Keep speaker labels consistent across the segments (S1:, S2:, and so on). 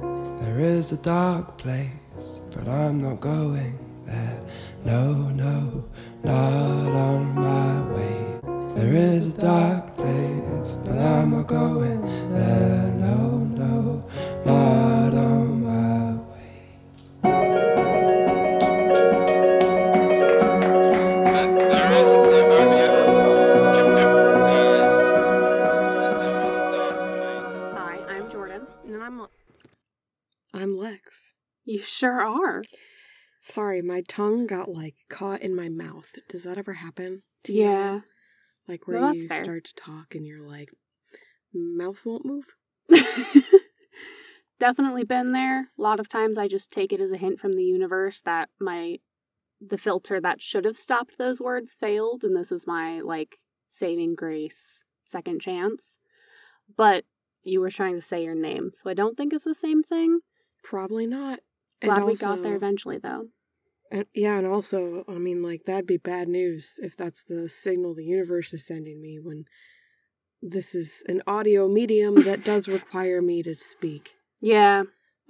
S1: There is a dark place, but I'm not going there. No, no, not on my way. There is a dark place, but I'm not going there. No, no, not on my way.
S2: Hi, I'm Jordan.
S3: And then I'm
S2: I'm Lex.
S3: you sure are.
S2: Sorry, my tongue got like caught in my mouth. Does that ever happen? to you?
S3: Yeah.
S2: Like where
S3: No, that's
S2: you
S3: fair.
S2: start to talk and you're like, mouth won't move.
S3: Definitely been there. A lot of times I just take it as a hint from the universe that my the filter that should have stopped those words failed and this is my like saving grace second chance. But you were trying to say your name, so I don't think it's the same thing.
S2: Probably not. And
S3: Glad we got there
S2: also-
S3: eventually though.
S2: And, yeah, and also, I mean, like, that'd be bad news if that's the signal the universe is sending me when this is an audio medium that does require me to speak
S3: Yeah.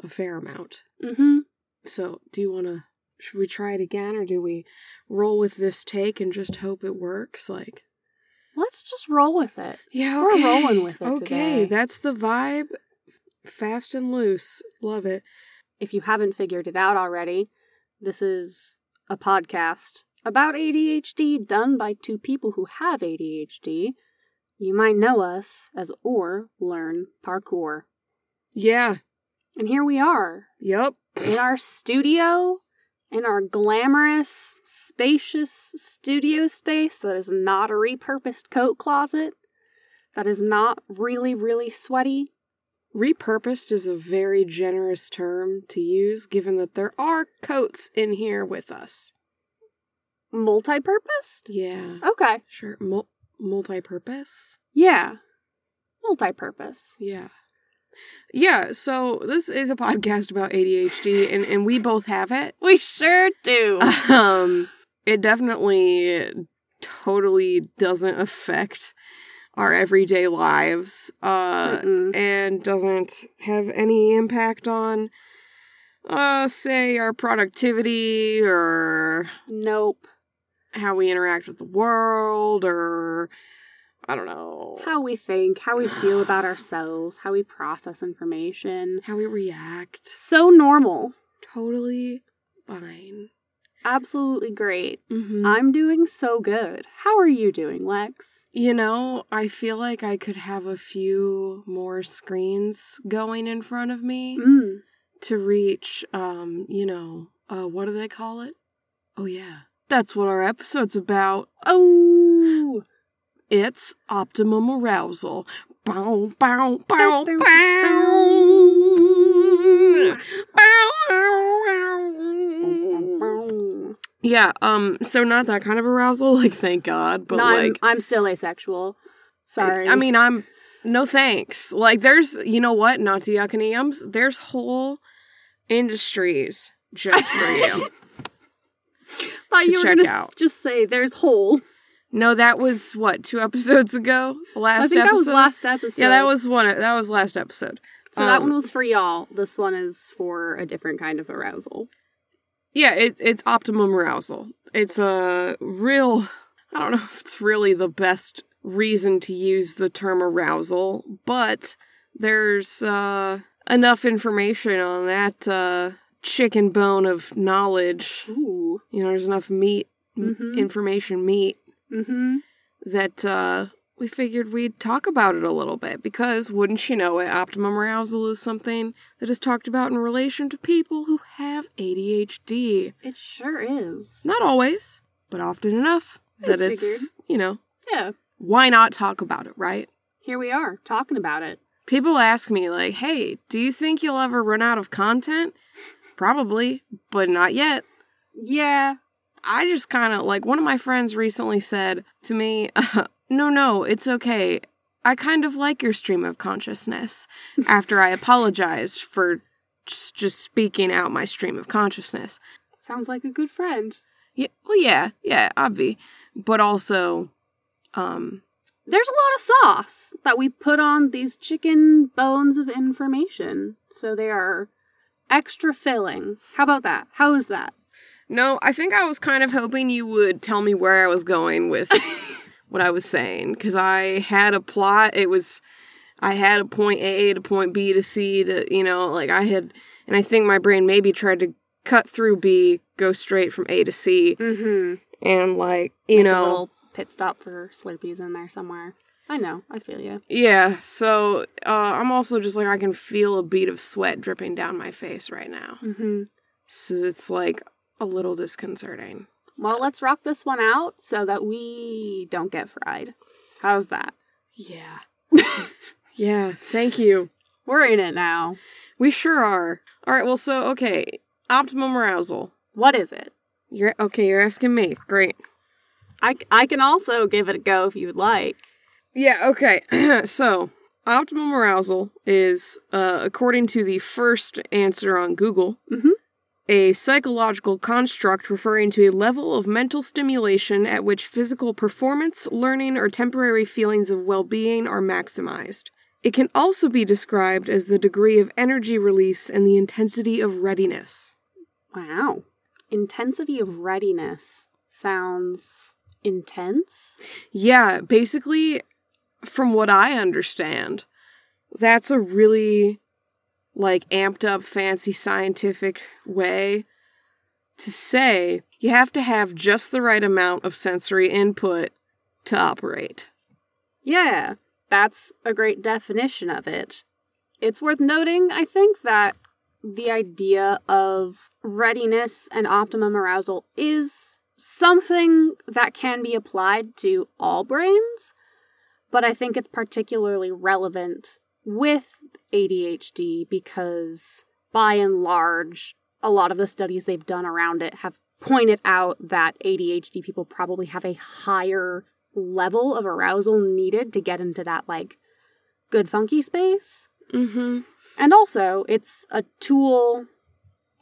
S2: a fair amount.
S3: Mhm.
S2: So, do you want to, should we try it again or do we roll with this take and just hope it works? Like,
S3: Let's just roll with it.
S2: yeah,
S3: We're
S2: okay.
S3: rolling with it
S2: Okay,
S3: today.
S2: that's the vibe. Fast and loose. Love it.
S3: if you haven't figured it out already, this is a podcast about ADHD done by two people who have ADHD. You might know us as Or Learn Parkour.
S2: Yeah,
S3: And here we are
S2: yep.
S3: in our studio, in our glamorous, spacious studio space that is not a repurposed coat closet, that is not really, really sweaty.
S2: Repurposed is a very generous term to use, given that there are coats in here with us.
S3: Multi purposed?
S2: Yeah,
S3: Okay.
S2: sure. Mul- multi-purpose.
S3: Yeah. Multi purpose.
S2: Yeah, yeah. So this is a podcast about ADHD, and and we both have it.
S3: We sure do.
S2: Um, it definitely totally doesn't affect our everyday lives. Uh,
S3: Mm-mm.
S2: and doesn't have any impact on uh say our productivity or
S3: nope.
S2: how we interact with the world or I don't know
S3: How we think, how we feel about ourselves, how we process information.
S2: how we react.
S3: So normal.
S2: Totally fine.
S3: Absolutely great.
S2: Mm-hmm.
S3: I'm doing so good. How are you doing, Lex?
S2: you know, I feel like I could have a few more screens going in front of me
S3: Mm.
S2: to reach um, you know, uh what do they call it? Oh yeah. That's what our episode's about.
S3: Oh,
S2: It's optimum arousal. Bow, bow, bow, bow.
S3: dun, dun,
S2: Bow, bow, bow. Yeah, um, so not that kind of arousal, like thank God, but
S3: no, I'm,
S2: like
S3: I'm still asexual. Sorry.
S2: I mean I'm no thanks. Like there's you know what, not to yuck any yums, there's whole industries just for you.
S3: thought
S2: to
S3: you were
S2: check
S3: gonna s-
S2: out.
S3: just say there's whole.
S2: no, that was what, two episodes ago? Last
S3: I think
S2: episode?
S3: that was last episode.
S2: yeah, that was one that was last episode.
S3: So that
S2: um,
S3: one was for y'all. This one is for a different kind of arousal.
S2: Yeah, it, it's optimum arousal. It's a real, I don't know if it's really the best reason to use the term arousal, but there's uh, enough information on that uh, chicken bone of knowledge.
S3: Ooh.
S2: You know, there's enough meat, m-
S3: Mhm.
S2: information meat,
S3: Mm-hmm.
S2: that uh, we figured we'd talk about it a little bit because, wouldn't you know it, optimum arousal is something that is talked about in relation to people who have ADHD.
S3: It sure is.
S2: Not always, but often enough
S3: I
S2: that
S3: figured.
S2: it's, you know,
S3: Yeah.
S2: why not talk about it, right?
S3: Here we are talking about it.
S2: People ask me, like, hey, do you think you'll ever run out of content? Probably, but not yet.
S3: Yeah.
S2: I just kind of like one of my friends recently said to me, No, no, it's okay. I kind of like your stream of consciousness after I apologized for s- just speaking out my stream of consciousness.
S3: Sounds like a good friend.
S2: Yeah, well, yeah, yeah, obvi. But also, um,
S3: There's a lot of sauce that we put on these chicken bones of information. So they are Extra filling. How about that? How is that?
S2: No, I think I was kind of hoping you would tell me where I was going with what I was saying because I had a plot. It was, I had a point A to point B to C to, you know, like I had, and I think my brain maybe tried to cut through B, go straight from A to C,
S3: Mm-hmm.
S2: and like, you know.
S3: a little pit stop for Slurpees in there somewhere. I know. I feel you.
S2: Yeah, so uh, I'm also just like, I can feel a bead of sweat dripping down my face right now.
S3: Mm-hmm.
S2: So it's like a little disconcerting.
S3: Well, let's rock this one out so that we don't get fried. How's that?
S2: Yeah. yeah, thank you.
S3: We're in it now.
S2: We sure are. All right, well, so, okay, optimum arousal.
S3: What is it?
S2: You're okay, you're asking me. Great.
S3: I, I can also give it a go if you would like.
S2: Yeah, okay. so, optimum arousal is, uh, according to the first answer on Google,
S3: Mhm.
S2: a psychological construct referring to a level of mental stimulation at which physical performance, learning, or temporary feelings of well being are maximized. It can also be described as the degree of energy release and the intensity of readiness.
S3: Wow. Intensity of readiness sounds intense.
S2: Yeah, basically, from what I understand, that's a really like amped up, fancy scientific way to say you have to have just the right amount of sensory input to operate.
S3: Yeah, that's a great definition of it. It's worth noting, I think, that the idea of readiness and optimum arousal is something that can be applied to all brains, but I think it's particularly relevant with ADHD because, by and large, a lot of the studies they've done around it have pointed out that ADHD people probably have a higher level of arousal needed to get into that like good funky space.
S2: Mm-hmm.
S3: And also, it's a tool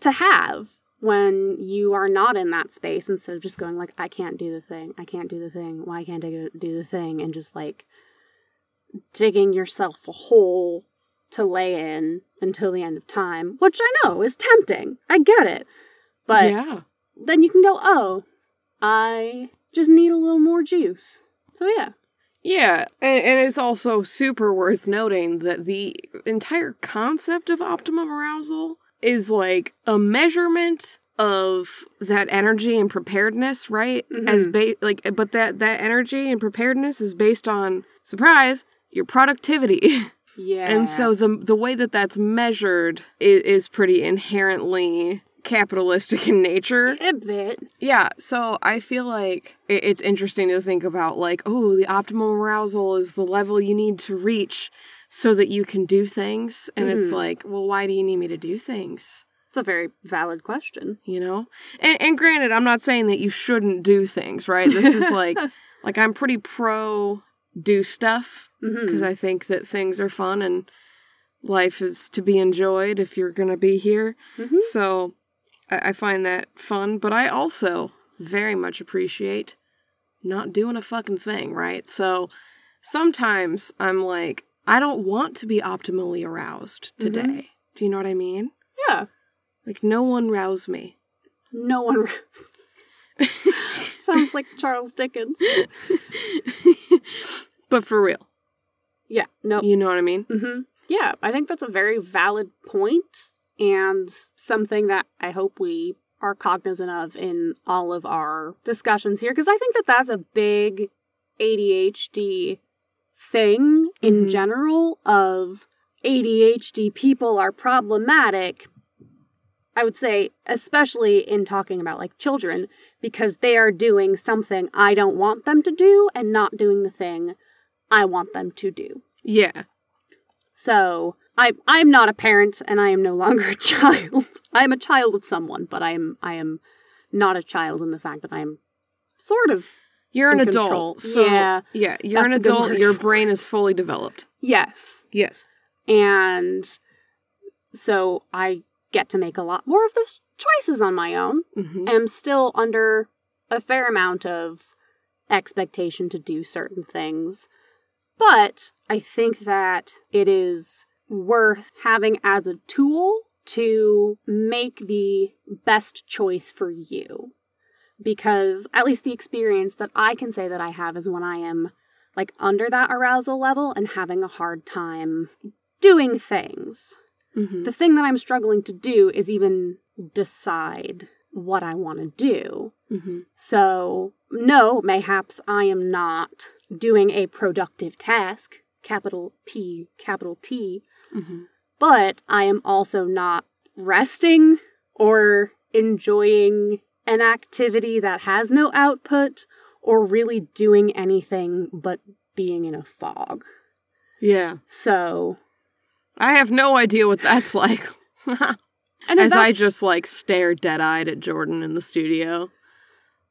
S3: to have when you are not in that space instead of just going like I can't do the thing. I can't do the thing. Why can't I go do the thing and just like digging yourself a hole to lay in until the end of time, which I know is tempting. I get it. But
S2: yeah,
S3: then you can go, "Oh, I just need a little more juice." So yeah.
S2: yeah, and, and it's also super worth noting that the entire concept of optimum arousal is like a measurement of that energy and preparedness, right? As ba- like, but that that energy and preparedness is based on surprise your productivity.
S3: Yeah.
S2: And so the the way that that's measured is, is pretty inherently capitalistic in nature.
S3: a bit.
S2: Yeah, so I feel like it, it's interesting to think about like, oh, the optimal arousal is the level you need to reach so that you can do things and it's
S3: Mhm.
S2: like, well, why do you need me to do things?
S3: It's a very valid question.
S2: You know? And and granted, I'm not saying that you shouldn't do things, right? This is like like I'm pretty pro do stuff because
S3: Mhm.
S2: I think that things are fun and life is to be enjoyed if you're going to be here.
S3: Mhm.
S2: So I, I find that fun, but I also very much appreciate not doing a fucking thing, right? So sometimes I'm like, I don't want to be optimally aroused today. Do you know what I mean?
S3: Yeah.
S2: Like, no one rouse me.
S3: No one roused. Sounds like Charles Dickens.
S2: but for real,
S3: Yeah. No.
S2: you know what I mean?
S3: hmm Yeah. I think that's a very valid point and something that I hope we are cognizant of in all of our discussions here because I think that that's a big ADHD thing in
S2: Mhm.
S3: general of ADHD people are problematic. I would say, especially in talking about like children, because they are doing something I don't want them to do and not doing the thing I want them to do.
S2: Yeah.
S3: So I I'm not a parent and I am no longer a child. I am a child of someone, but I am I am not a child in the fact that I am sort of
S2: You're an
S3: In
S2: adult.
S3: control.
S2: So,
S3: Yeah.
S2: Yeah. You're
S3: That's a
S2: an
S3: good
S2: adult.
S3: word
S2: Your
S3: for
S2: brain is fully developed.
S3: yes.
S2: Yes.
S3: And so I get to make a lot more of those choices on my own.
S2: hmm
S3: am still under a fair amount of expectation to do certain things. But I think that it is worth having as a tool to make the best choice for you. Because at least the experience that I can say that I have is when I am like under that arousal level and having a hard time doing things.
S2: Mm-hmm.
S3: The thing that I'm struggling to do is even decide what I want to do.
S2: mm-hmm.
S3: So, no, mayhaps I am not doing a productive task, capital P, capital T,
S2: Mm-hmm.
S3: but I am also not resting or enjoying an activity that has no output or really doing anything but being in a fog.
S2: Yeah.
S3: So,
S2: I have no idea what that's like.
S3: and
S2: As I
S3: that's-
S2: just like stare dead eyed at Jordan in the studio.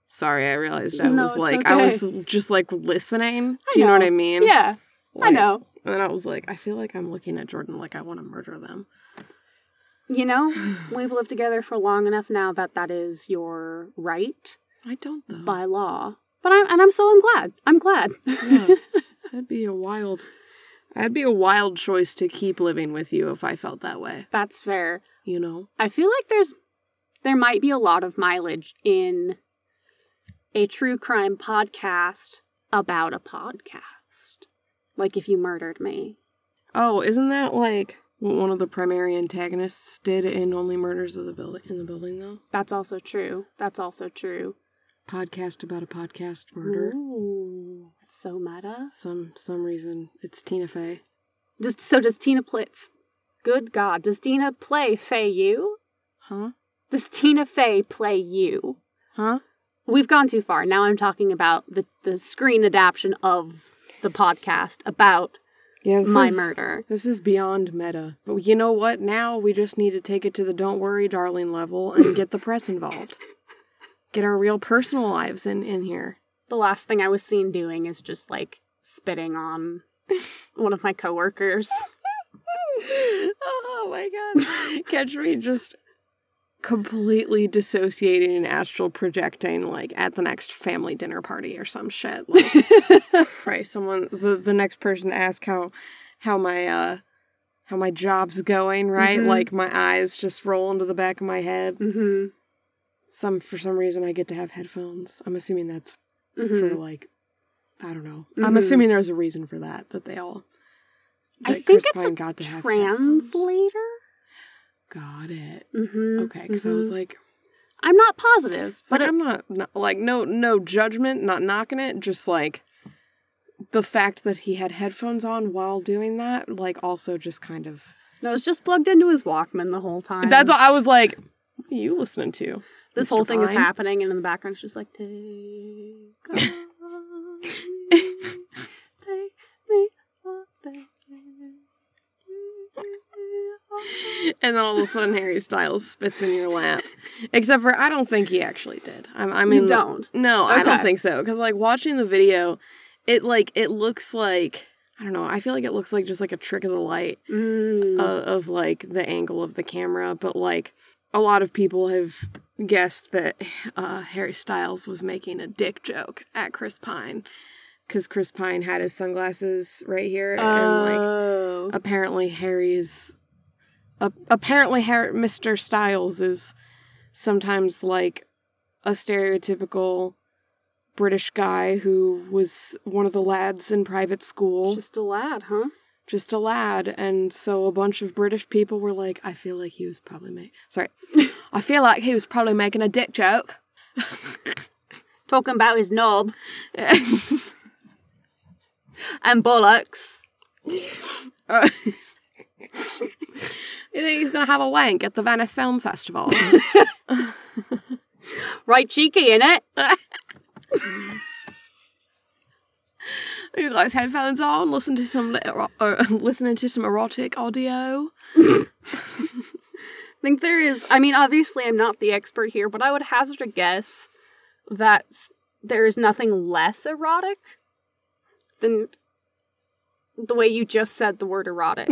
S2: Sorry, I realized I
S3: No,
S2: was
S3: it's
S2: like, I was
S3: okay.
S2: just like listening.
S3: I
S2: Do you know, what
S3: know.
S2: I mean?
S3: yeah, I
S2: Like-
S3: know.
S2: And I was like, I feel like I'm looking at Jordan like I want to murder them.
S3: You know, we've lived together for long enough now that that is your right
S2: I don't though.
S3: by law. But I'm and I'm so I'm glad. I'm glad.
S2: Yeah. That'd be a wild. That'd be a wild choice to keep living with you if I felt that way.
S3: That's fair.
S2: You know.
S3: I feel like there's there might be a lot of mileage in a true crime podcast about a podcast. Like if you murdered me.
S2: Oh, isn't that like what one of the primary antagonists did in Only Murders of the Building in the Building though?
S3: That's also true. That's also true.
S2: Podcast about a podcast murder.
S3: Ooh, it's so meta.
S2: Some some reason it's Tina Fey.
S3: Just so does Tina play Good God, does Tina play Faye you?
S2: Huh?
S3: Does Tina Fey play you?
S2: Huh?
S3: We've gone too far. Now I'm talking about the, the screen adaption of the podcast about
S2: Yeah,
S3: my murder.
S2: This is beyond meta. But you know what? Now we just need to take it to the don't worry, darling level and get the press involved. Get our real personal lives in, in here.
S3: The last thing I was seen doing is just like spitting on one of my coworkers.
S2: oh my god. Catch me just completely dissociating and astral projecting like at the next family dinner party or some shit. Like right, someone the, the next person to ask how how my uh how my job's going, right?
S3: Mhm.
S2: Like my eyes just roll into the back of my head.
S3: hmm
S2: Some for some reason I get to have headphones. I'm assuming that's
S3: Mm-hmm.
S2: for like I don't know. I'm
S3: Mhm.
S2: assuming there's a reason for that that they all
S3: I
S2: that
S3: think
S2: Chris
S3: it's
S2: Pine
S3: a
S2: got to have headphones.
S3: translator.
S2: Got it.
S3: Mm-hmm.
S2: Okay, because I was like,
S3: I'm not positive,
S2: it's
S3: but
S2: like,
S3: it-
S2: I'm not, not like no no judgment, not knocking it, just like the fact that he had headphones on while doing that, like also just kind of.
S3: no, it's just plugged into his Walkman the whole time.
S2: That's what I was like. What are you listening to?
S3: this
S2: Mr.
S3: whole thing is
S2: Fine?"
S3: happening, and in the background, it's just like, take on me, take me all day."
S2: And then all of a sudden, Harry Styles spits in your lap. Except for, I don't think he actually did. I, I mean,
S3: you don't.
S2: No, I don't
S3: Okay.
S2: think so. Because like watching the video, it like it looks like I don't know. I feel like it looks like just like a trick of the light
S3: Mm.
S2: uh, of like the angle of the camera. But like a lot of people have guessed that uh, Harry Styles was making a dick joke at Chris Pine because Chris Pine had his sunglasses right here and like
S3: oh.
S2: apparently Harry's uh, apparently Harry, Mr. Styles is sometimes like a stereotypical British guy who was one of the lads in private school, just,
S3: just a lad, huh?
S2: a lad, and so a bunch of British people were like, "I feel like he was probably making sorry, I feel like he was probably making a dick joke."
S3: Talking about his knob and bollocks.
S2: Uh, you think he's gonna have a wank at the Venice Film Festival?
S3: Right cheeky, innit?
S2: You guys headphones on, listen to some lit- ero- uh, listening to some erotic audio.
S3: I think there is. I mean, obviously, I'm not the expert here, but I would hazard a guess that s- there is nothing less erotic than the way you just said the word erotic.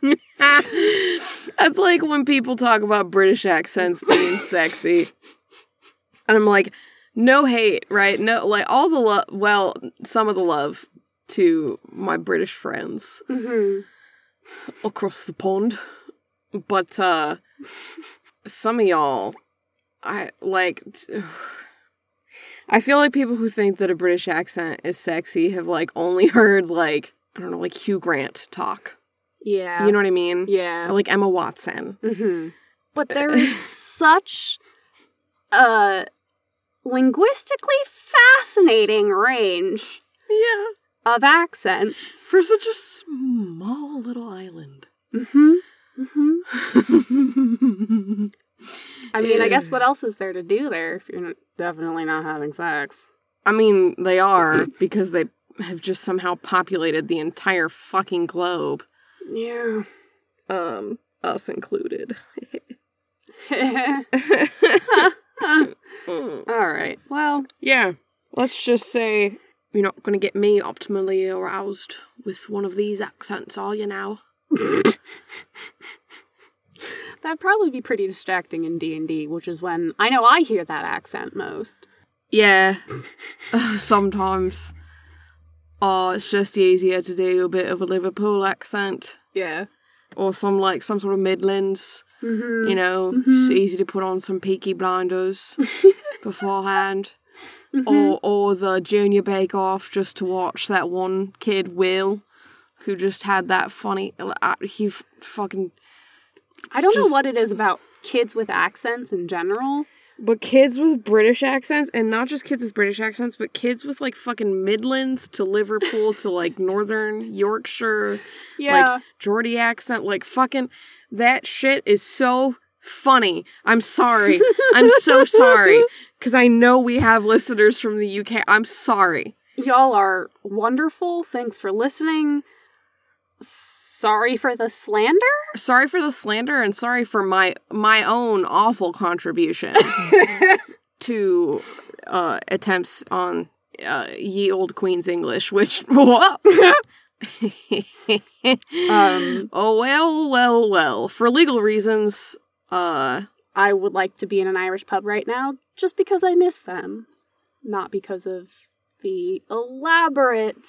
S2: That's like when people talk about British accents being sexy. And I'm like, no hate, right? No, like all the love, well, some of the love to my British friends.
S3: mm-hmm.
S2: across the pond. But uh some of y'all I like t- I feel like people who think that a British accent is sexy have like only heard like I don't know, like Hugh Grant talk.
S3: Yeah.
S2: You know what I mean? Or
S3: Yeah.
S2: like Emma Watson.
S3: hmm But there is such a linguistically fascinating range
S2: Yeah.
S3: of accents.
S2: For such a small little island.
S3: hmm hmm
S2: I'm
S3: I mean, I
S2: Yeah.
S3: guess what else is there to do there if you're n- definitely not having sex?
S2: I mean, they are because they have just somehow populated the entire fucking globe,
S3: Yeah.
S2: um, us included.
S3: All right. Well,
S2: yeah, let's just say you're not going to get me optimally aroused with one of these accents, are you now?
S3: that'd probably be pretty distracting in D&D, which is when I know I hear that accent most.
S2: Yeah, sometimes. Or it's just easier to do a bit of a Liverpool accent.
S3: Yeah.
S2: or some like some sort of midlands
S3: Mm-hmm.
S2: you know
S3: Mhm.
S2: it's easy to put on some peaky blinders beforehand or or the junior bake off just to watch that one kid will who just had that funny uh, he f- fucking
S3: I don't
S2: just-
S3: know what it is about kids with accents in general.
S2: but kids with british accents and not just kids with british accents but kids with like fucking midlands to liverpool to like northern yorkshire
S3: Yeah.
S2: like Geordie accent, like fucking that shit is so funny. I'm sorry. I'm so sorry cuz I know we have listeners from the UK. I'm sorry.
S3: Y'all are wonderful. Thanks for listening. Sorry for the slander.
S2: Sorry for the slander and sorry for my my own awful contributions to uh attempts on uh, ye old queen's English, which what?
S3: Um,
S2: oh well, well, well. For legal reasons, uh,
S3: I would like to be in an Irish pub right now just because I miss them, not because of the elaborate,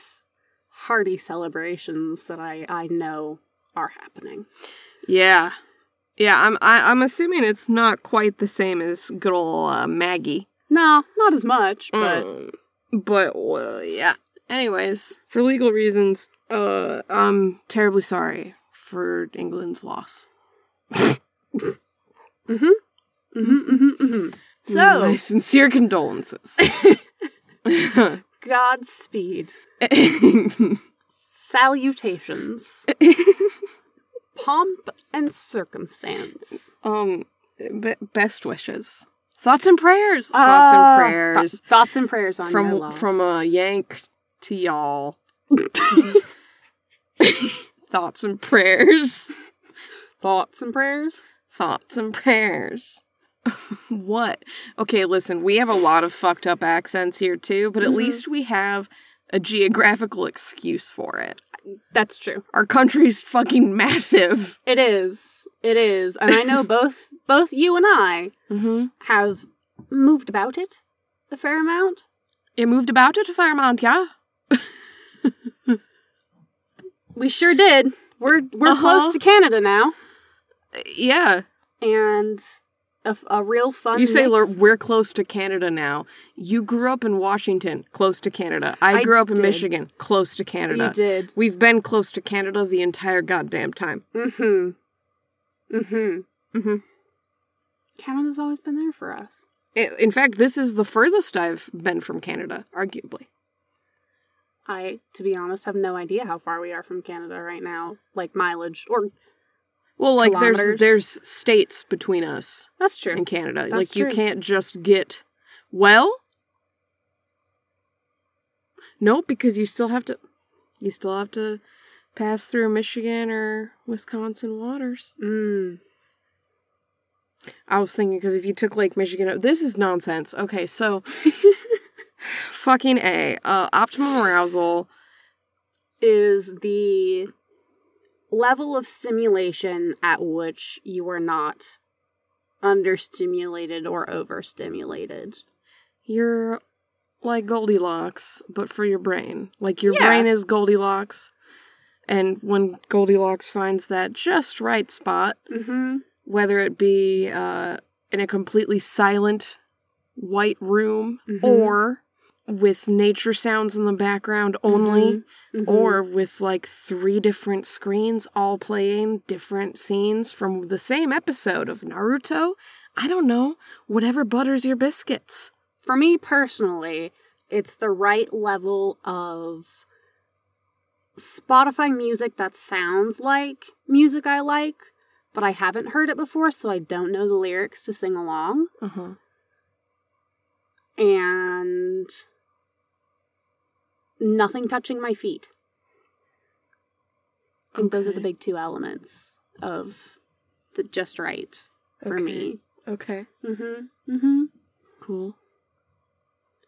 S3: hearty celebrations that I, I know are happening.
S2: Yeah, yeah. I'm I, I'm assuming it's not quite the same as good old uh, Maggie,
S3: No, not as much, but
S2: but but well, yeah. Anyways, for legal reasons, uh, I'm terribly sorry for England's loss.
S3: Mhm, mhm, mhm. so
S2: my sincere condolences.
S3: Godspeed, salutations, pomp and circumstance.
S2: um, be- best wishes, thoughts and prayers, thoughts
S3: Ah,
S2: and
S3: tho-
S2: prayers.
S3: thoughts and prayers on your
S2: from
S3: love.
S2: from a yank to y'all thoughts and prayers
S3: thoughts and prayers.
S2: thoughts and prayers what okay listen we have a lot of fucked up accents here too but at
S3: Mhm.
S2: least we have a geographical excuse for it
S3: That's true.
S2: our country's fucking massive
S3: It is. It is. And I know both both you and I
S2: mm-hmm.
S3: have moved about it a fair amount.
S2: it moved about it a fair amount yeah
S3: We sure did. We're we're
S2: Uh-huh.
S3: close to Canada now,
S2: yeah
S3: and a, f- a real fun.
S2: you say
S3: mix.
S2: "Lor- we're close to Canada now. You grew up in Washington, close to Canada. I,
S3: I
S2: grew up in
S3: did.
S2: Michigan, close to
S3: You
S2: Canada.
S3: did.
S2: We've been close to Canada the entire goddamn time.
S3: Mm-hmm. Mm-hmm.
S2: Mhm.
S3: Canada's always been there for us.
S2: I- In fact, this is the furthest I've been from Canada, arguably.
S3: I, to be honest, have no idea how far we are from Canada right now, like mileage or
S2: Well, like
S3: Kilometers.
S2: there's there's states between us
S3: that's true.
S2: and Canada.
S3: That's
S2: like you
S3: true.
S2: can't just get well. No, because you still have to you still have to pass through Michigan or Wisconsin waters.
S3: Mm.
S2: I was thinking because if you took Lake Michigan, this is nonsense. Okay, so fucking a uh, optimum arousal.
S3: Is the level of stimulation at which you are not understimulated or overstimulated.
S2: You're like Goldilocks, but for your brain. Like your
S3: Yeah.
S2: brain is Goldilocks, And when Goldilocks finds that just right spot,
S3: Mm-hmm.
S2: whether it be uh, in a completely silent white room
S3: Mhm.
S2: or with nature sounds in the background
S3: Mm-hmm.
S2: only, or with like three different screens all playing different scenes from the same episode of Naruto. I don't know. Whatever butters your biscuits.
S3: for me personally, it's the right level of Spotify music that sounds like music I like, but I haven't heard it before, so I don't know the lyrics to sing along.
S2: Uh huh.
S3: And nothing touching my feet. I think those are the big two elements of the just right for me.
S2: Okay.
S3: Mm-hmm. Mm-hmm.
S2: Cool.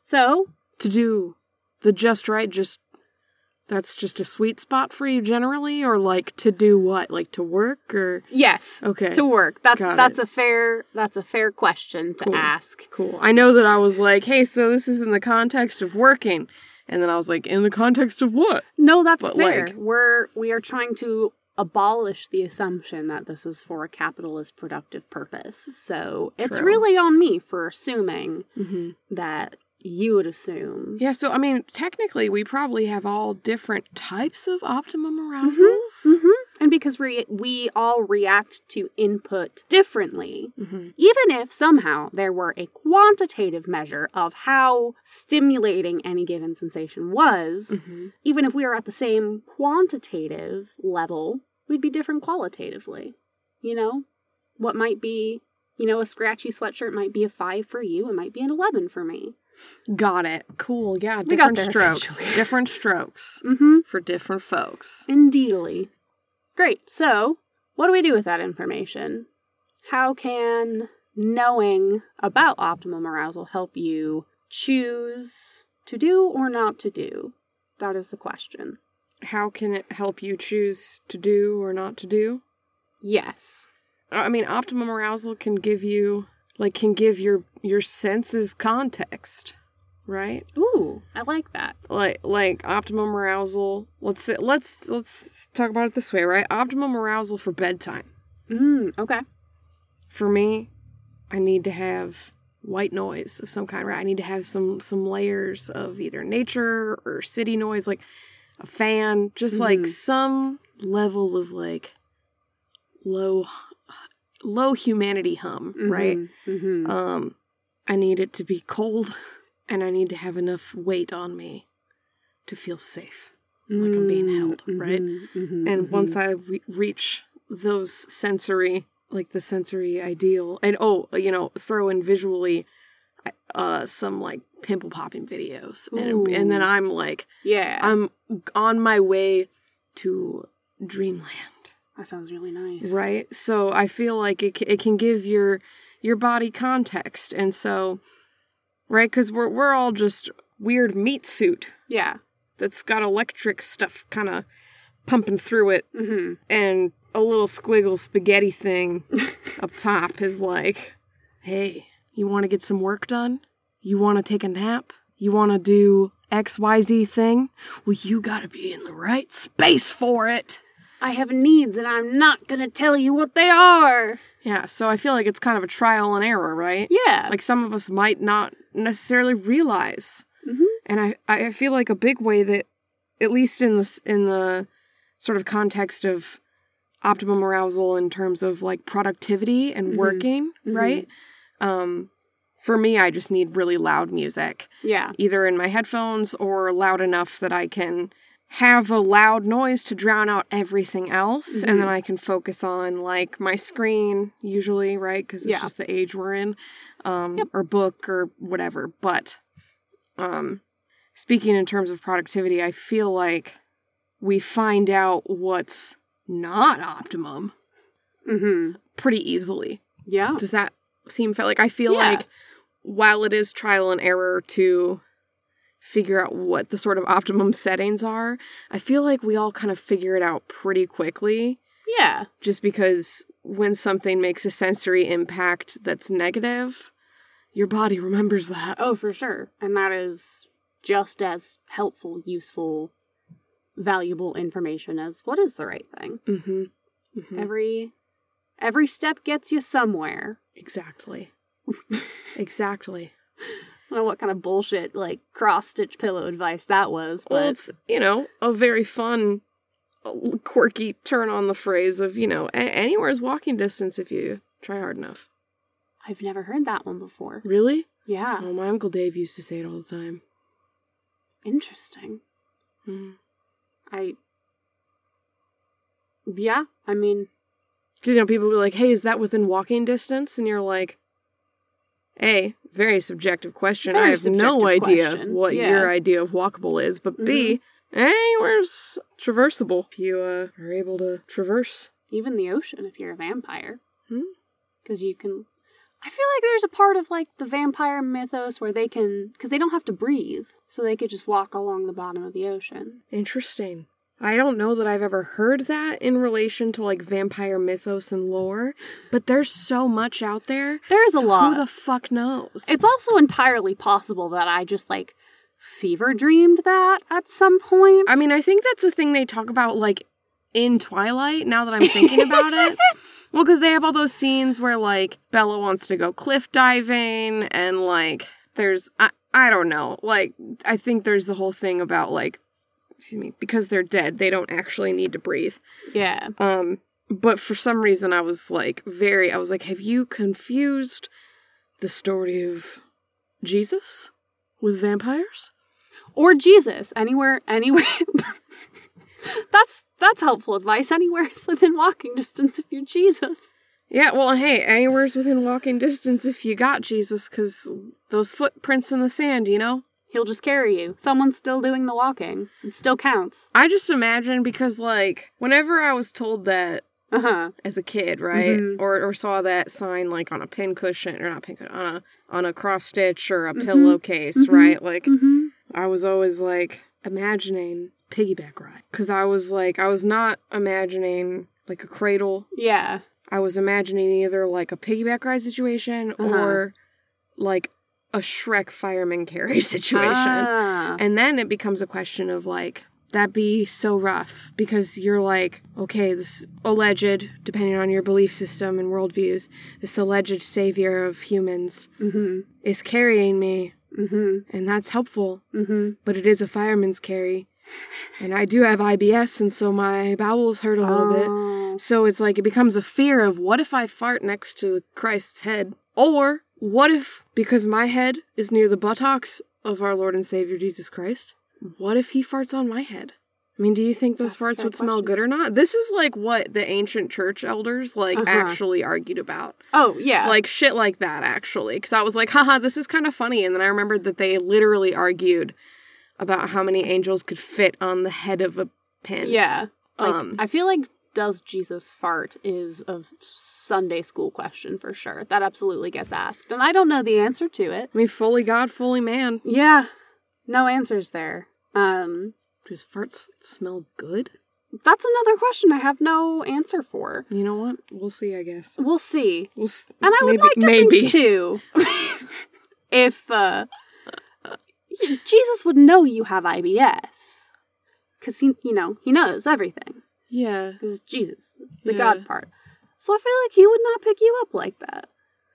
S3: So
S2: To do the just right, just that's just a sweet spot for you generally, or like to do what? Like to work or
S3: yes,
S2: okay.
S3: to work. That's
S2: Got
S3: that's
S2: it.
S3: a fair that's a fair question to
S2: Cool.
S3: ask.
S2: Cool. I know that I was like, hey, so this is in the context of working. And then I was like, in the context of what?
S3: No, that's
S2: But,
S3: fair.
S2: like-
S3: We're we are trying to abolish the assumption that this is for a capitalist productive purpose. So it's
S2: True.
S3: really on me for assuming
S2: Mm-hmm.
S3: that you would assume.
S2: Yeah, so I mean, technically, we probably have all different types of optimum arousals.
S3: hmm And because we we all react to input differently,
S2: Mhm.
S3: even if somehow there were a quantitative measure of how stimulating any given sensation was,
S2: Mhm.
S3: even if we are at the same quantitative level, we'd be different qualitatively. You know, what might be, you know, a scratchy sweatshirt might be a five for you, it might be an 11 for me.
S2: Got it. Cool. Yeah,
S3: We got
S2: different
S3: there
S2: strokes.
S3: eventually.
S2: different strokes
S3: Mm hmm.
S2: for different folks.
S3: Indeedly. Great. So, what do we do with that information? How can knowing about optimum arousal help you choose to do or not to do? That is the question.
S2: How can it help you choose to do or not to do?
S3: Yes.
S2: I mean, optimum arousal can give you like can give your your senses context, right?
S3: Ooh, I like that.
S2: like like optimum arousal let's say, let's let's talk about it this way right optimum arousal for bedtime
S3: Mm, okay.
S2: for me i need to have white noise of some kind right i need to have some some layers of either nature or city noise like a fan just like
S3: Mhm.
S2: some level of like low low humanity hum right
S3: Mm-hmm.
S2: um, I need it to be cold, and I need to have enough weight on me to feel safe. like I'm being held,
S3: Mm-hmm.
S2: right? And once I re- reach those sensory, like the sensory ideal, and oh, you know, throw in visually uh, some like pimple popping videos, and, and then
S3: Ooh.
S2: I'm like,
S3: yeah,
S2: I'm on my way to dreamland
S3: that sounds really nice,
S2: right so i feel like it, c- it can give your your body context and so right because we're, we're all just weird meat suit
S3: Yeah.
S2: that's got electric stuff kind of pumping through it
S3: Mm-hmm.
S2: and a little squiggle spaghetti thing up top is like hey you want to get some work done you want to take a nap you want to do xyz thing well you gotta be in the right space for it
S3: I have needs, and I'm not gonna tell you what they are.
S2: yeah so i feel like it's kind of a trial and error right
S3: Yeah.
S2: like some of us might not necessarily realize
S3: Mhm.
S2: and i i feel like a big way that at least in this in the sort of context of optimum arousal in terms of like productivity and
S3: Mhm.
S2: working
S3: Mhm.
S2: right um for me i just need really loud music
S3: Yeah.
S2: either in my headphones or loud enough that i can have a loud noise to drown out everything else
S3: Mhm.
S2: and then i can focus on like my screen usually right because it's
S3: Yeah.
S2: just the age we're in um,
S3: Yep.
S2: or book or whatever but um, speaking in terms of productivity i feel like we find out what's not optimum
S3: Mm-hmm.
S2: pretty easily
S3: Yeah.
S2: does that seem fair? Like I feel
S3: Oh. Yeah.
S2: like while it is trial and error to figure out what the sort of optimum settings are, I feel like we all kind of figure it out pretty quickly
S3: Yeah.
S2: just because when something makes a sensory impact that's negative, your body remembers that.
S3: Oh, for sure. And that is just as helpful, useful, valuable information as what is the right thing.
S2: Mm-hmm. mm-hmm.
S3: Every every step gets you somewhere.
S2: Exactly. exactly.
S3: I don't know what kind of bullshit like cross stitch pillow advice that was, but
S2: Well, it's you know a very fun, uh, quirky turn on the phrase of you know a- anywhere is walking distance if you try hard enough.
S3: I've never heard that one before.
S2: Really?
S3: Yeah,
S2: Well, my uncle Dave used to say it all the time.
S3: interesting.
S2: Mm.
S3: I Yeah, I mean,
S2: 'Cause, you know, people be like, "Hey, is that within walking distance?" And you're like, "A, very subjective question. I
S3: Very
S2: have no
S3: subjective
S2: idea
S3: question,
S2: what
S3: yeah. Mm-hmm.
S2: your idea of walkable is, but B, anywhere's traversable if you uh, are able to traverse."
S3: even the ocean if you're a vampire.
S2: Hmm.
S3: Cuz you can I feel like there's a part of like the vampire mythos where they can cuz they don't have to breathe, so they could just walk along the bottom of the ocean.
S2: Interesting. I don't know that I've ever heard that in relation to like vampire mythos and lore, but there's so much out there.
S3: There is a
S2: so
S3: lot.
S2: Who the fuck knows?
S3: It's also entirely possible that I just like fever dreamed that at some point.
S2: I mean, I think that's a thing they talk about like in Twilight. Now that I'm thinking about it, well, because they have all those scenes where like Bella wants to go cliff diving and like there's I I don't know like I think there's the whole thing about like excuse me because they're dead they don't actually need to breathe
S3: yeah.
S2: Um, but for some reason, I was like very. I was like, have you confused the story of Jesus with vampires?
S3: Or Jesus, anywhere anywhere. that's that's helpful advice. Anywhere is within walking distance if you're Jesus.
S2: Yeah. Well, and hey, anywhere's within walking distance if you got Jesus, because those footprints in the sand, you know.
S3: He'll just carry you. Someone's still doing the walking. It still counts.
S2: I just imagine because like whenever I was told that
S3: Uh-huh.
S2: as a kid, right?
S3: Mhm.
S2: Or or saw that sign like on a pin cushion or not pin cushion, on a on a cross stitch or a
S3: Mhm.
S2: pillowcase,
S3: Mhm.
S2: right? Like
S3: Mm-hmm.
S2: I was always like imagining piggyback ride because I was like I was not imagining like a cradle.
S3: Yeah.
S2: I was imagining either like a piggyback ride situation
S3: Uh-huh.
S2: or like a Shrek fireman carry situation.
S3: Ah.
S2: And then it becomes a question of like that'd be so rough because you're like okay this alleged depending on your belief system and worldviews this alleged savior of humans
S3: Mm-hmm.
S2: is carrying me
S3: Mm-hmm.
S2: and that's helpful
S3: Mm-hmm.
S2: but it is a fireman's carry. And I do have IBS, and so my bowels hurt a little
S3: Oh.
S2: bit. So it's like it becomes a fear of what if I fart next to Christ's head? Or what if, because my head is near the buttocks of our Lord and Savior Jesus Christ, what if he farts on my head? I mean, do you think
S3: That's
S2: those
S3: a
S2: farts
S3: fair
S2: would smell
S3: question.
S2: good or not? This is like what the ancient church elders like
S3: Uh-huh.
S2: actually argued about
S3: Oh, yeah.
S2: like shit like that actually because i was like haha this is kind of funny and then i remembered that they literally argued about how many angels could fit on the head of a pin
S3: yeah. Like,
S2: um
S3: I feel like does Jesus fart is a Sunday school question for sure. That absolutely gets asked. And I don't know the answer to it.
S2: i mean fully god fully man
S3: Yeah. No answers there. Um
S2: does farts smell good
S3: that's another question I have no answer for.
S2: you know what we'll see i guess
S3: We'll see.
S2: we'll s-
S3: And I would
S2: maybe-
S3: like to
S2: maybe
S3: think too if uh y- Jesus would know you have IBS. Cause he you know, he knows everything.
S2: yeah
S3: Because Jesus, the
S2: Yeah.
S3: God part. So I feel like he would not pick you up like that.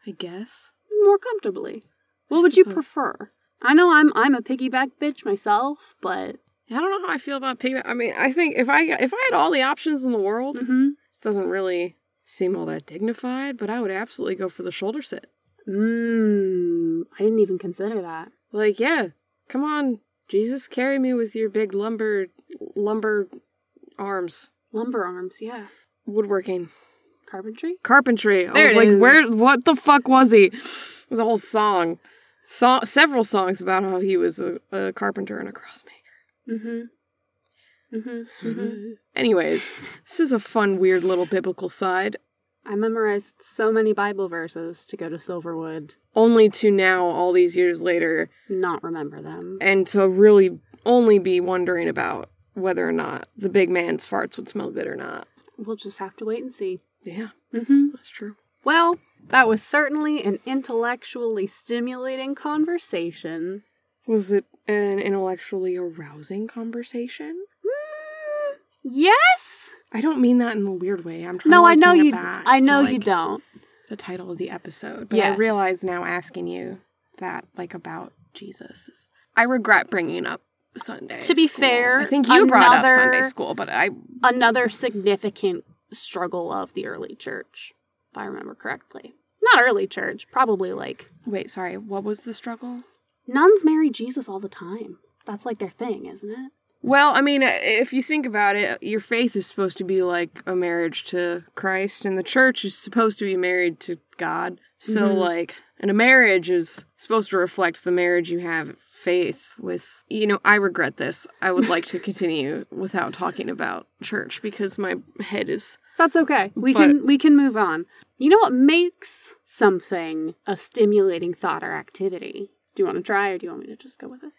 S2: i guess
S3: more comfortably. What
S2: I
S3: would you
S2: suppose.
S3: prefer? I know I'm I'm a piggyback bitch myself, but
S2: i don't know how i feel about piggyback i mean i think if i if i had all the options in the world
S3: mm-hmm.
S2: this doesn't really seem all that dignified but i would absolutely go for the shoulder sit
S3: mm, I didn't even consider that.
S2: Like, yeah, come on, Jesus, carry me with your big lumber lumber arms.
S3: Lumber arms, yeah.
S2: Woodworking.
S3: Carpentry?
S2: Carpentry. I
S3: There
S2: was
S3: it
S2: like,
S3: is.
S2: where what the fuck was he? It was a whole song. So- several songs about how he was a, a carpenter and a crossmaker.
S3: Mm-hmm. Mm-hmm. mm-hmm.
S2: Anyways, this is a fun, weird little biblical side.
S3: I memorized so many Bible verses to go to Silverwood,
S2: Only to now, all these years later,
S3: not remember them.
S2: and to really only be wondering about whether or not the big man's farts would smell good or not.
S3: We'll just have to wait and see.
S2: Yeah,
S3: Mm-hmm.
S2: that's true.
S3: Well, that was certainly an intellectually stimulating conversation.
S2: Was it an intellectually arousing conversation?
S3: Yes.
S2: I don't mean that in a weird way. I'm trying
S3: No,
S2: to,
S3: I
S2: like,
S3: know
S2: bring it
S3: you.
S2: back
S3: I
S2: to,
S3: know you
S2: like,
S3: don't.
S2: The title of the episode, but I
S3: Yes.
S2: realize now asking you that like about Jesus. Is, I regret bringing up Sunday.
S3: To be
S2: school.
S3: fair,
S2: I think you brought up Sunday
S3: another-
S2: school, but I
S3: Another significant struggle of the early church, if I remember correctly. Not early church, probably like
S2: wait. Sorry, what was the struggle?
S3: nuns marry Jesus all the time. That's like their thing, isn't it?
S2: Well, I mean, if you think about it, your faith is supposed to be like a marriage to Christ, and the church is supposed to be married to God. So,
S3: Mhm.
S2: like, and a marriage is supposed to reflect the marriage you have faith with. You know, I regret this. I would like to continue without talking about church because my head is.
S3: That's okay. We
S2: But-
S3: can we can move on. You know what makes something a stimulating thought or activity? Do you want to try or do you want me to just go with it?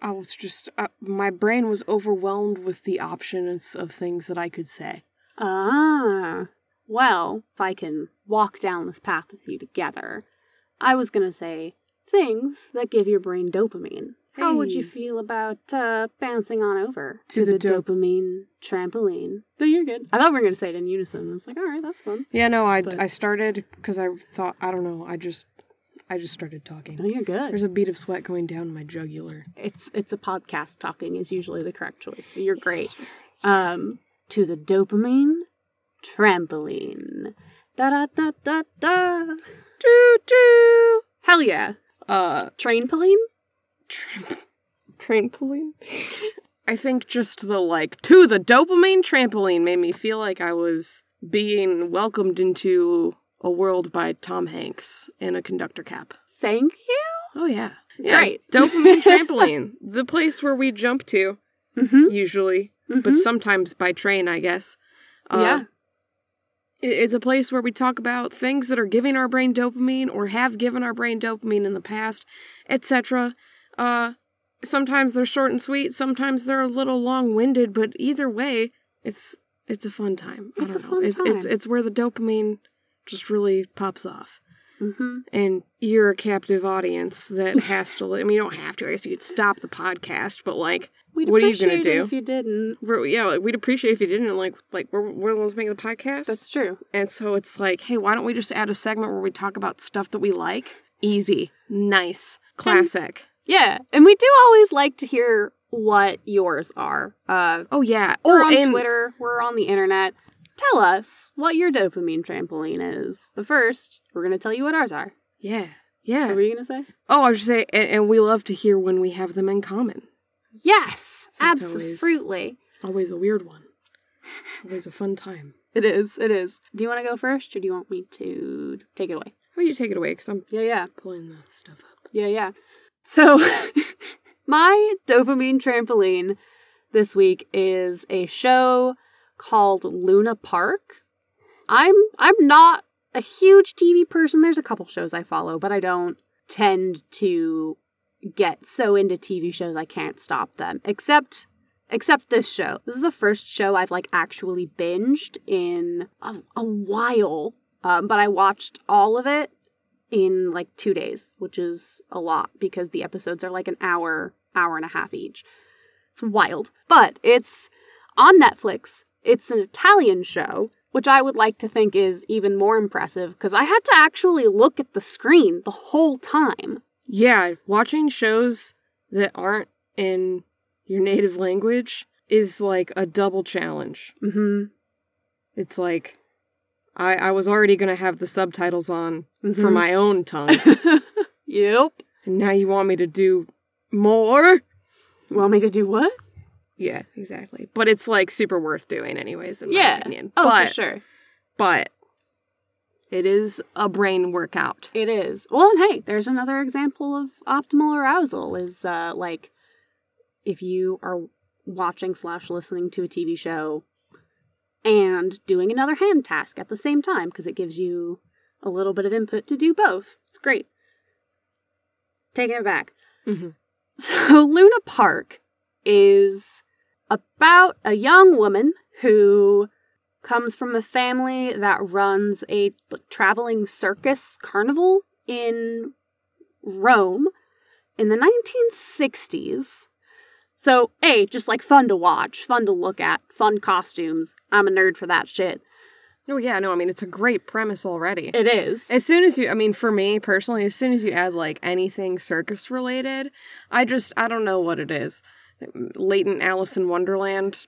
S2: I was just. Uh, my brain was overwhelmed with the options of things that I could say.
S3: Ah. Well, if I can walk down this path with you together, I was going to say things that give your brain dopamine. How would you
S2: Hey.
S3: feel about uh, bouncing on over
S2: To
S3: to,
S2: the
S3: the,
S2: dop-
S3: dopamine trampoline? No, you're good. I thought we were going to say it in unison. I was like, all right, that's fun.
S2: Yeah, no, I
S3: But-
S2: I started because I thought I don't know. I just I just started talking.
S3: No, you're good.
S2: There's a bead of sweat going down my jugular.
S3: it's it's a podcast talking is usually the correct choice. So you're great. Um to the dopamine trampoline. Da da da da da.
S2: Doo doo.
S3: Hell yeah.
S2: Uh,
S3: Train Pauline?
S2: tramp- trampoline. I think just the like to the dopamine trampoline made me feel like I was being welcomed into a world by Tom Hanks in a conductor cap.
S3: Thank you.
S2: Oh yeah, yeah.
S3: Great.
S2: Dopamine trampoline, the place where we jump to
S3: Mm-hmm.
S2: usually, but sometimes by train, I guess. Uh,
S3: yeah.
S2: It- It's a place where we talk about things that are giving our brain dopamine or have given our brain dopamine in the past, etc. Uh, sometimes they're short and sweet, sometimes they're a little long-winded, but either way, it's it's a fun time. I
S3: It's
S2: don't
S3: a
S2: know.
S3: fun
S2: it's, It's
S3: time.
S2: it's where the dopamine just really pops off,
S3: Mm-hmm.
S2: and you're a captive audience that has to. li- I mean, you don't have to. I guess you could stop the podcast, but like,
S3: We'd
S2: What are you gonna
S3: appreciate it
S2: do?
S3: if you didn't?
S2: we're, yeah, like, we'd appreciate if you didn't. Like, like we're we're the ones making the podcast.
S3: That's true.
S2: And so it's like, hey, why don't we just add a segment where we talk about stuff that we like? Easy, nice, classic.
S3: Yeah. And we do always like to hear what yours are. Uh
S2: oh yeah.
S3: we're
S2: oh,
S3: on
S2: and
S3: Twitter, we're on the internet. Tell us what your dopamine trampoline is. But first, we're gonna tell you what ours are.
S2: Yeah,
S3: What
S2: yeah.
S3: were you gonna say?
S2: Oh, I was just saying, and, and we love to hear when we have them in common.
S3: Yes,
S2: That's always-
S3: absolutely.
S2: Always a weird one. Always a fun time.
S3: It is. It is. Do you want to go first, or do you want me to take it away?
S2: Oh, you take it away, cause I'm
S3: Yeah, yeah,
S2: pulling the stuff up.
S3: yeah, yeah. So, my dopamine trampoline this week is a show called Luna Park. I'm I'm not a huge TV person. There's a couple shows I follow, but I don't tend to get so into TV shows I can't stop them. Except except this show. This is the first show I've like actually binged in a, a while. Um, but I watched all of it in like two days, which is a lot because the episodes are like an hour, hour and a half each. It's wild. But it's on Netflix. It's an Italian show, which I would like to think is even more impressive because I had to actually look at the screen the whole time.
S2: Yeah, watching shows that aren't in your native language is like a double challenge.
S3: Mm-hmm.
S2: It's like I I was already gonna have the subtitles on for
S3: Mm-hmm.
S2: my own tongue.
S3: my. yep.
S2: and now you want me to do more?
S3: Want me to do what?
S2: Yeah, exactly. But it's like super worth doing, anyways, in my
S3: Yeah.
S2: opinion.
S3: Oh,
S2: but,
S3: for sure.
S2: But it is a brain workout.
S3: It is. Well, and hey, there's another example of optimal arousal is uh like if you are watching slash listening to a TV show and doing another hand task at the same time because it gives you a little bit of input to do both. It's great. Taking it back.
S2: Mhm.
S3: So Luna Park is about a young woman who comes from a family that runs a traveling circus carnival in Rome in the 1960s. So, A, just like fun to watch, fun to look at, fun costumes. I'm a nerd for that shit.
S2: Oh yeah, no, I mean it's a great premise already.
S3: It is.
S2: As soon as you, I mean, for me personally, as soon as you add like anything circus related, I just, I don't know what it is. Latent Alice in Wonderland,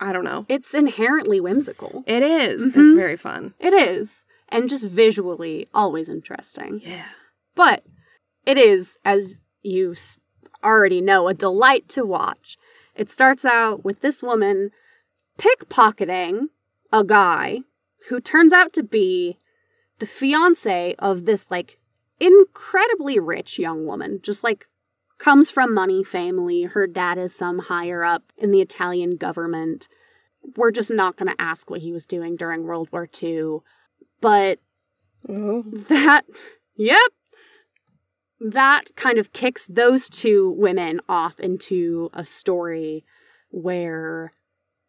S2: I don't know.
S3: It's inherently whimsical.
S2: It is.
S3: Mhm.
S2: It's very fun.
S3: It is. And just visually, always interesting.
S2: Yeah.
S3: But it is, as you s- already know, a delight to watch. It starts out with this woman pickpocketing a guy who turns out to be the fiance of this, like, incredibly rich young woman. Just like comes from money family. Her dad is some higher up in the Italian government. We're just not going to ask what he was doing during World War II. But that yep that kind of kicks those two women off into a story where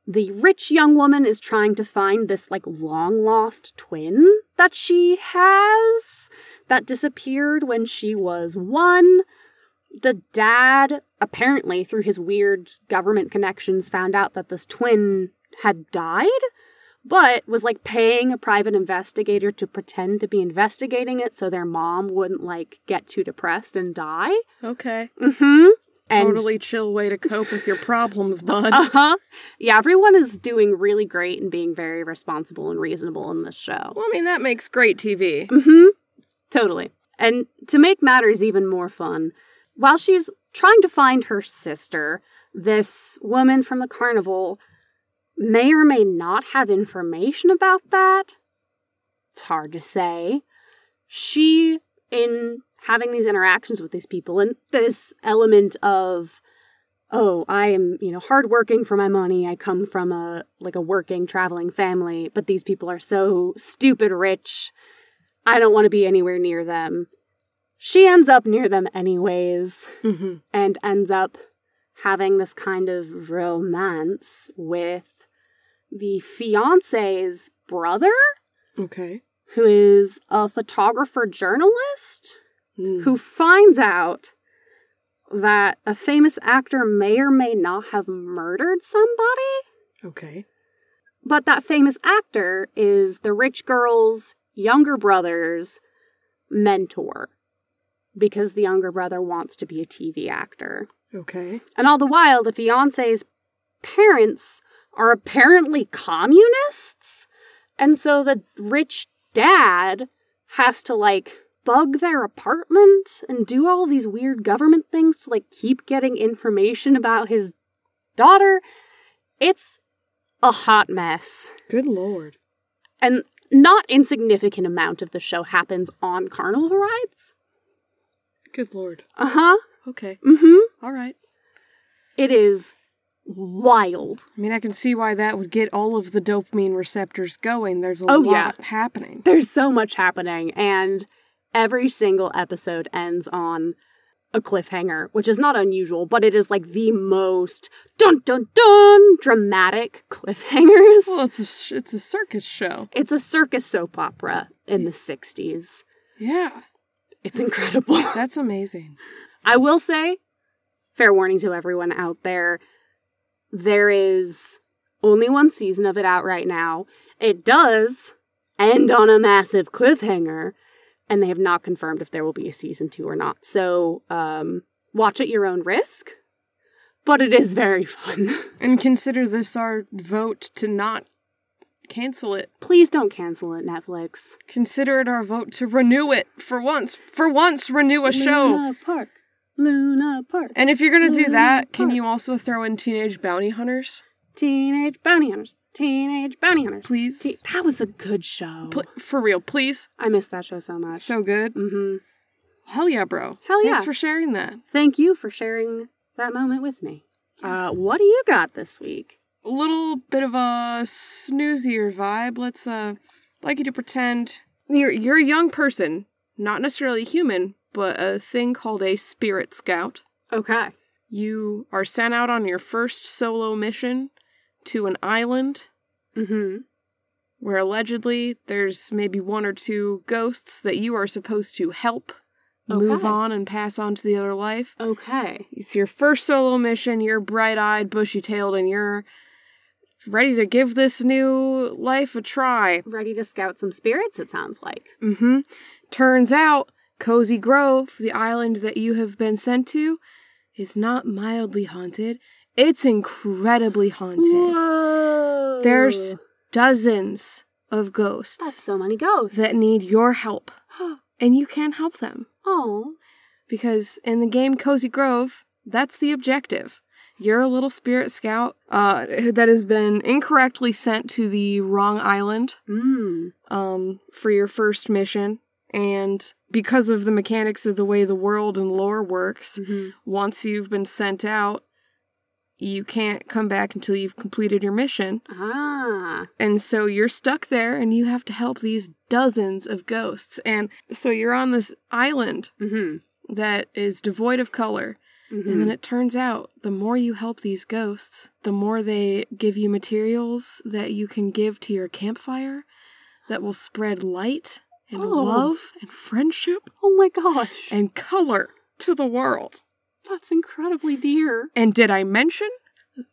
S3: the rich young woman is trying to find this like long lost twin that she has that disappeared when she was one the dad apparently through his weird government connections found out that this twin had died but was like paying a private investigator to pretend to be investigating it so their mom wouldn't like get too depressed and die.
S2: Okay.
S3: Mm-hmm. And
S2: totally chill way to cope with your problems, bud.
S3: uh-huh. Yeah, everyone is doing really great and being very responsible and reasonable in this show.
S2: well, I mean, that makes great TV.
S3: Mm-hmm. Totally. And to make matters even more fun, while she's trying to find her sister, this woman from the carnival may or may not have information about that. It's hard to say. She, in having these interactions with these people and this element of, oh, I am, you know, hardworking for my money. I come from a, like a working, traveling family, but these people are so stupid rich I don't want to be anywhere near them. She ends up near them anyways
S2: Mm-hmm.
S3: and ends up having this kind of romance with the fiance's brother,
S2: Okay.
S3: who is a photographer journalist,
S2: Who?
S3: who finds out that a famous actor may or may not have murdered somebody.
S2: Okay.
S3: But that famous actor is the rich girl's younger brother's mentor because the younger brother wants to be a TV actor.
S2: Okay.
S3: And all the while, the fiance's parents are apparently communists. And so the rich dad has to like bug their apartment and do all these weird government things to like keep getting information about his daughter. It's a hot mess
S2: Good lord.
S3: and not insignificant amount of the show happens on carnival rides.
S2: Good lord.
S3: Uh huh.
S2: Okay.
S3: Mm hmm.
S2: All right.
S3: It is wild.
S2: I mean, I can see why that would get all of the dopamine receptors going. There's a
S3: Oh,
S2: lot happening.
S3: There's so much happening, and every single episode ends on a cliffhanger, which is not unusual, but it is like the most dun dun dun dramatic cliffhangers.
S2: Well, it's a sh- it's a circus show.
S3: It's a circus soap opera in the 60s.
S2: Yeah,
S3: It's incredible.
S2: that's amazing.
S3: I will say, fair warning to everyone out there, there is only one season of it out right now. It does end on a massive cliffhanger, and they have not confirmed if there will be a season two or not. So um, watch at your own risk, but it is very fun.
S2: And consider this our vote to not cancel it.
S3: Please don't cancel it, Netflix.
S2: Consider it our vote to renew it for once. For once, renew a show.
S3: Luna Park. Luna Park.
S2: And if you're gonna do
S3: Luna
S2: that, can
S3: Park.
S2: you also throw in Teenage Bounty Hunters,
S3: Teenage Bounty Hunters. Teenage Bounty Hunters.
S2: please?
S3: Te- that was a good show.
S2: Pl- for real, please.
S3: I miss that show so much.
S2: So good.
S3: mm-hmm.
S2: Hell yeah, bro.
S3: Hell yeah.
S2: Thanks for sharing that.
S3: Thank you for sharing that moment with me. Uh, what do you got this week?
S2: a little bit of a snoozier vibe. Let's uh like you to pretend you're you're a young person, not necessarily human, but a thing called a spirit scout.
S3: Okay.
S2: You are sent out on your first solo mission to an island
S3: Mm-hmm.
S2: where allegedly there's maybe one or two ghosts that you are supposed to help move
S3: Okay.
S2: on and pass on to the other life.
S3: Okay.
S2: It's your first solo mission. You're bright eyed, bushy tailed, and you're ready to give this new life a try.
S3: Ready to scout some spirits, it sounds like.
S2: hmm Turns out, Cozy Grove, the island that you have been sent to, is not mildly haunted. It's incredibly haunted.
S3: Whoa.
S2: There's dozens of
S3: That's
S2: ghosts
S3: so many ghosts.
S2: that need your help, and you can't help them
S3: Oh.
S2: because in the game Cozy Grove, that's the objective. You're a little spirit scout uh, that has been incorrectly sent to the wrong island
S3: Mm.
S2: um, for your first mission. And because of the mechanics of the way the world and lore works,
S3: Mhm.
S2: once you've been sent out, you can't come back until you've completed your mission.
S3: Ah.
S2: And so you're stuck there and you have to help these dozens of ghosts. And so you're on this island
S3: Mm-hmm.
S2: that is devoid of color. And then it turns out the more you help these ghosts, the more they give you materials that you can give to your campfire that will spread light and
S3: Oh.
S2: love and friendship
S3: oh my gosh.
S2: and color to the world.
S3: That's incredibly dear.
S2: And did I mention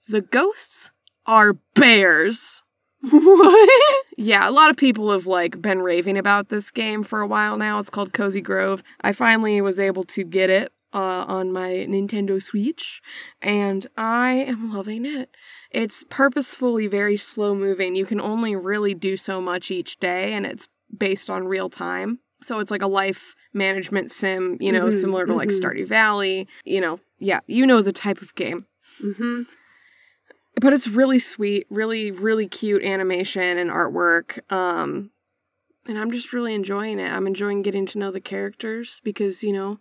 S2: the ghosts are bears?
S3: what?
S2: Yeah, a lot of people have like been raving about this game for a while now. It's called Cozy Grove. I finally was able to get it uh, on my Nintendo Switch, and I am loving it. It's purposefully very slow moving. You can only really do so much each day, and it's based on real time. So it's like a life management sim, you know,
S3: Mhm,
S2: similar to like
S3: mhm.
S2: Stardew Valley. You know, yeah, you know the type of game
S3: Mm-hmm.
S2: but it's really sweet, really really cute animation and artwork. Um and I'm just really enjoying it. I'm enjoying getting to know the characters because, you know,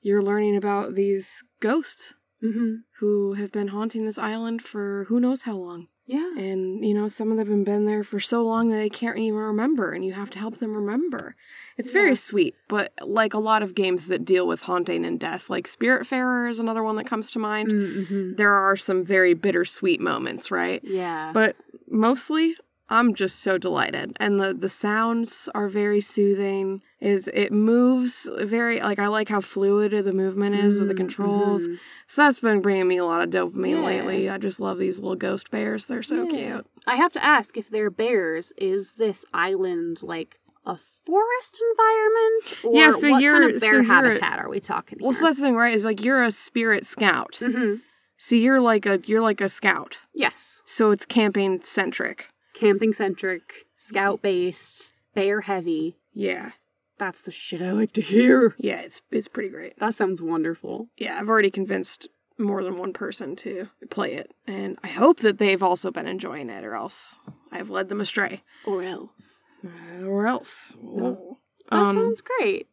S2: you're learning about these ghosts
S3: Mm-hmm.
S2: who have been haunting this island for who knows how long.
S3: Yeah.
S2: And, you know, some of them have been there for so long that they can't even remember and you have to help them remember. It's very
S3: Yeah.
S2: sweet, but like a lot of games that deal with haunting and death, like Spiritfarer is another one that comes to mind.
S3: Mm-hmm.
S2: There are some very bittersweet moments, right?
S3: Yeah.
S2: But mostly, I'm just so delighted, and the the sounds are very soothing. Is it moves very like I like how fluid the movement is with the
S3: Mm,
S2: controls.
S3: mhm.
S2: So that's been bringing me a lot of dopamine
S3: Yeah.
S2: lately. I just love these little ghost bears. They're
S3: Yeah.
S2: so cute.
S3: I have to ask if they're bears, is this island like a forest environment? Or
S2: Yeah, so
S3: what
S2: you're-
S3: kind of
S2: so
S3: bear
S2: you're-
S3: habitat are we talking
S2: Well, so that's the thing, right? Is like you're a spirit scout,
S3: hmm
S2: so you're like a you're like a scout.
S3: Yes.
S2: So it's camping centric.
S3: Camping centric, scout based, bear heavy.
S2: Yeah,
S3: That's the shit I like to hear.
S2: yeah, it's it's pretty great.
S3: That sounds wonderful.
S2: yeah, I've already convinced more than one person to play it, and I hope that they've also been enjoying it, or else I've led them astray,
S3: Or else.
S2: Uh, or else.
S3: No. That
S2: Um,
S3: sounds great.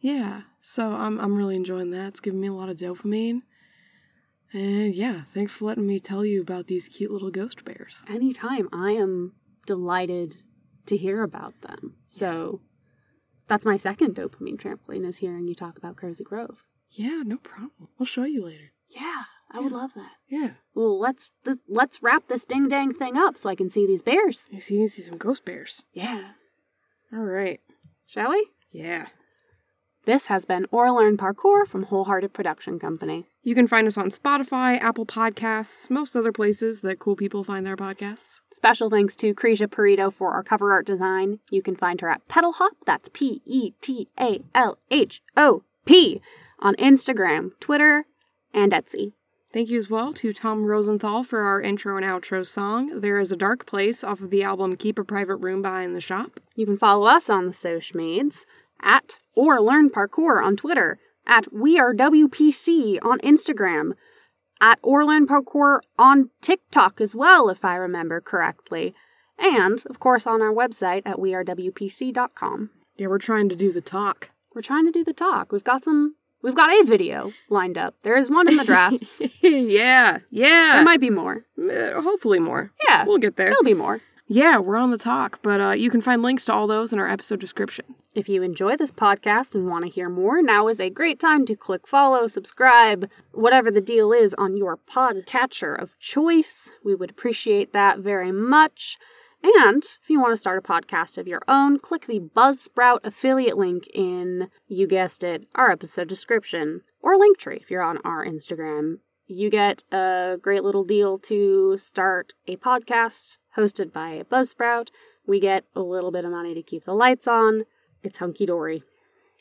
S2: yeah, so I'm I'm really enjoying that. It's giving me a lot of dopamine, and yeah, thanks for letting me tell you about these cute little ghost bears.
S3: Anytime. I am delighted to hear about them. So that's my second dopamine trampoline is hearing you talk about Cozy Grove.
S2: Yeah, no problem. I'll show you later.
S3: Yeah, I would love that.
S2: Yeah,
S3: Well, let's th- let's wrap this ding dang thing up so I can see these bears.
S2: you see, you see some ghost bears.
S3: Yeah,
S2: All right.
S3: shall we?
S2: Yeah.
S3: This has been Oral Learn Parkour from Wholehearted Production Company.
S2: You can find us on Spotify, Apple Podcasts, most other places that cool people find their podcasts.
S3: Special thanks to Kresia Perito for our cover art design. You can find her at Petal Hop, that's P E T A L H O P, on Instagram, Twitter, and Etsy.
S2: Thank you as well to Tom Rosenthal for our intro and outro song, There is a Dark Place, off of the album Keep a Private Room Behind the Shop.
S3: You can follow us on the Sochmeads at or learn parkour on Twitter, at we are WPC on Instagram, at or learn parkour on TikTok as well, if I remember correctly, and of course on our website at wearewpc.com.
S2: Yeah, we're trying to do the talk.
S3: We're trying to do the talk. We've got some. We've got a video lined up. There is one in the drafts.
S2: yeah, yeah.
S3: there might be more.
S2: Uh, hopefully more.
S3: Yeah,
S2: We'll get there.
S3: there'll be more.
S2: Yeah, we're on the talk, but uh, you can find links to all those in our episode description.
S3: If you enjoy this podcast and want to hear more, now is a great time to click follow, subscribe, whatever the deal is on your podcatcher of choice. We would appreciate that very much. And if you want to start a podcast of your own, click the Buzzsprout affiliate link in, you guessed it, our episode description or Linktree if you're on our Instagram. You get a great little deal to start a podcast hosted by Buzzsprout. We get a little bit of money to keep the lights on. It's hunky dory.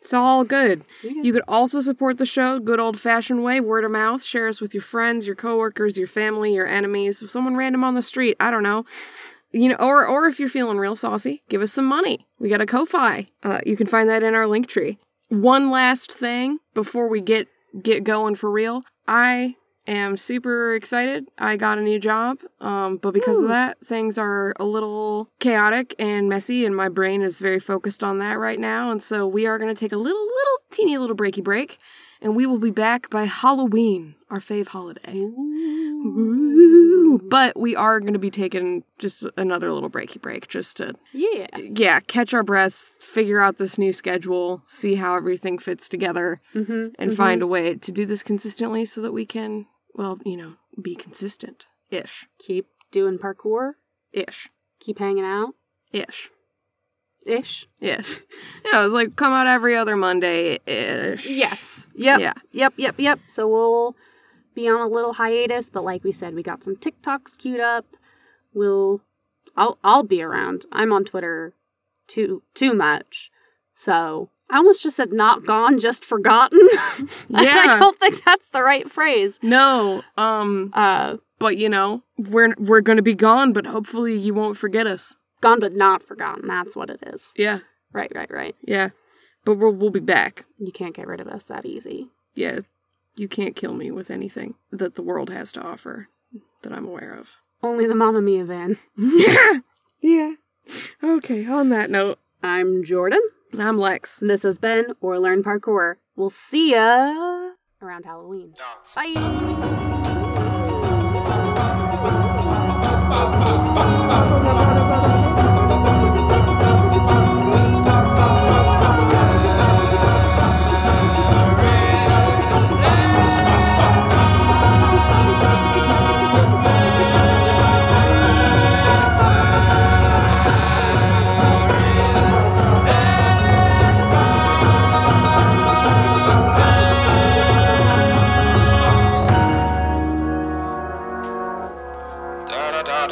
S2: It's all good. You could also support the show good old fashioned way, word of mouth. Share us with your friends, your coworkers, your family, your enemies, with someone random on the street. I don't know. You know, or or if you're feeling real saucy, give us some money. We got a Ko-fi. Uh, you can find that in our link tree. One last thing before we get get going for real. I am super excited. I got a new job, um, but because
S3: Ooh.
S2: of that, things are a little chaotic and messy, and my brain is very focused on that right now. And so we are going to take a little, little, teeny little breaky break, and we will be back by Halloween, our fave holiday. Ooh. But we are going to be taking just another little breaky break just to
S3: Yeah.
S2: yeah, catch our breath, figure out this new schedule, see how everything fits together,
S3: Mm-hmm.
S2: and find a way to do this consistently so that we can, well, you know, be consistent ish,
S3: Keep doing parkour.
S2: ish,
S3: Keep hanging out.
S2: ish,
S3: Ish.
S2: ish. Yeah, it was like come out every other Monday ish.
S3: Yes. Yep.
S2: Yeah.
S3: Yep. Yep. Yep. So we'll be on a little hiatus, but like we said, we got some TikToks queued up. We'll. I'll. I'll be around. I'm on Twitter, too too much. So I almost just said not gone, just forgotten. And I
S2: Yeah.
S3: don't think that's the right phrase.
S2: No, um,
S3: Uh,
S2: but you know, we're we're gonna be gone, but hopefully you won't forget us.
S3: gone but not forgotten. That's what it is.
S2: Yeah,
S3: Right. Right. Right.
S2: yeah. But we'll we'll be back.
S3: You can't get rid of us that easy.
S2: Yeah, you can't kill me with anything that the world has to offer that I'm aware of.
S3: Only the Mamma Mia van.
S2: Yeah. Yeah. Okay, on that note,
S3: I'm Jordan.
S2: I'm Lex.
S3: This has been Or Learn Parkour. We'll see ya around Halloween. Bye.
S1: Da da da da da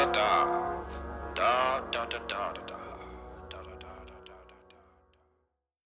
S1: da da da da da.